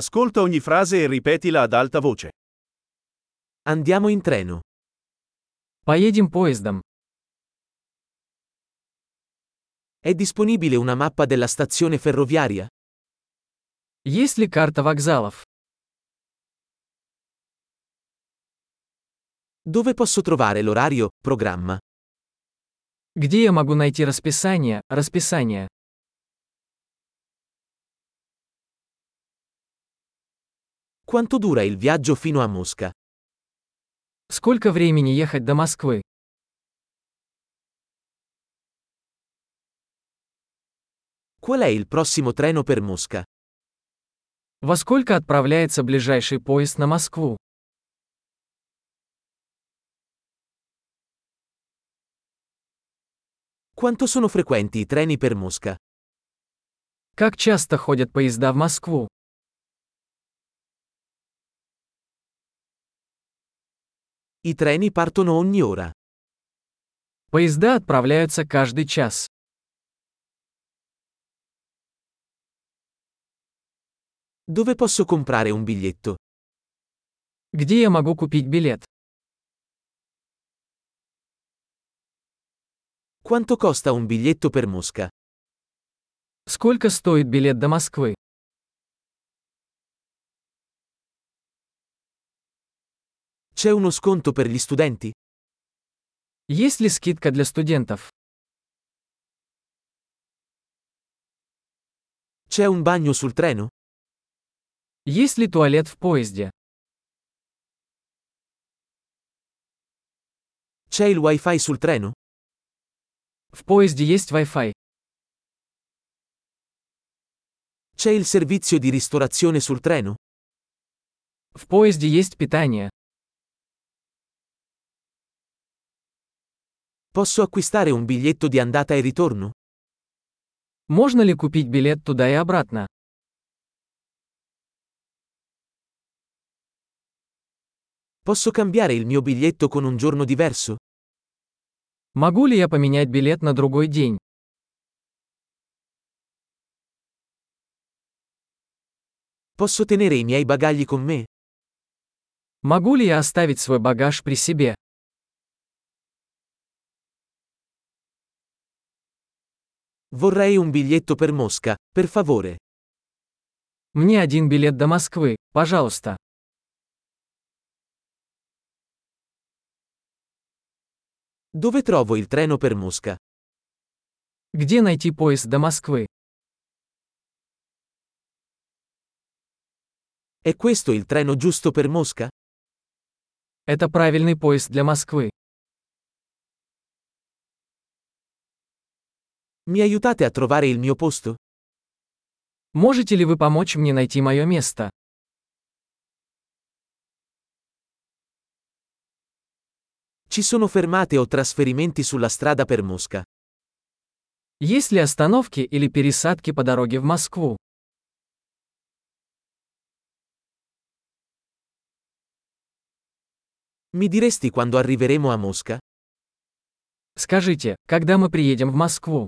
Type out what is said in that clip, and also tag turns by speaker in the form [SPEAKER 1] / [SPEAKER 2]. [SPEAKER 1] Ascolta ogni frase e ripetila ad alta voce.
[SPEAKER 2] Andiamo in treno.
[SPEAKER 3] Поедем поездом.
[SPEAKER 2] È disponibile una mappa della stazione ferroviaria?
[SPEAKER 3] Есть ли карта вокзалов?
[SPEAKER 2] Dove posso trovare l'orario, programma?
[SPEAKER 3] Где я могу найти расписание, расписание?
[SPEAKER 2] Quanto dura il viaggio fino a Mosca?
[SPEAKER 3] Сколько времени ехать до Москвы?
[SPEAKER 2] Qual è il prossimo treno per Mosca?
[SPEAKER 3] Во сколько отправляется ближайший поезд на Москву?
[SPEAKER 2] Quanto sono frequenti i treni per Mosca?
[SPEAKER 3] Как часто ходят поезда в Москву?
[SPEAKER 2] I treni partono ogni ora.
[SPEAKER 3] Поезда отправляются каждый час.
[SPEAKER 2] Dove posso comprare un biglietto?
[SPEAKER 3] Где я могу купить билет?
[SPEAKER 2] Quanto costa un biglietto per Mosca?
[SPEAKER 3] Сколько стоит билет до Москвы?
[SPEAKER 2] C'è uno sconto per gli studenti?
[SPEAKER 3] Есть ли скидка для студентов?
[SPEAKER 2] C'è un bagno sul treno?
[SPEAKER 3] Есть ли туалет в поезде?
[SPEAKER 2] C'è il wifi sul treno?
[SPEAKER 3] В поезде есть Wi-Fi.
[SPEAKER 2] C'è il servizio di ristorazione sul treno?
[SPEAKER 3] В поезде есть питание.
[SPEAKER 2] Posso acquistare un biglietto di andata e ritorno?
[SPEAKER 3] Можно ли купить билет туда и обратно?
[SPEAKER 2] Posso cambiare il mio biglietto con un giorno diverso?
[SPEAKER 3] Могу ли я поменять билет на другой день?
[SPEAKER 2] Posso tenere i miei bagagli con me?
[SPEAKER 3] Могу ли я оставить свой багаж при себе?
[SPEAKER 2] Vorrei un biglietto per Mosca, per favore.
[SPEAKER 3] Мне один билет до Москвы, пожалуйста.
[SPEAKER 2] Dove trovo il treno per Mosca?
[SPEAKER 3] Где найти поезд до Москвы?
[SPEAKER 2] È questo il treno giusto per Mosca?
[SPEAKER 3] Это правильный поезд для Москвы.
[SPEAKER 2] Mi aiutate a trovare il mio posto?
[SPEAKER 3] Можете ли вы помочь мне найти мое место?
[SPEAKER 2] Ci sono fermate o trasferimenti sulla strada per Mosca?
[SPEAKER 3] Есть ли остановки или пересадки по дороге в Москву?
[SPEAKER 2] Mi diresti quando arriveremo a Mosca?
[SPEAKER 3] Скажите, когда мы приедем в Москву?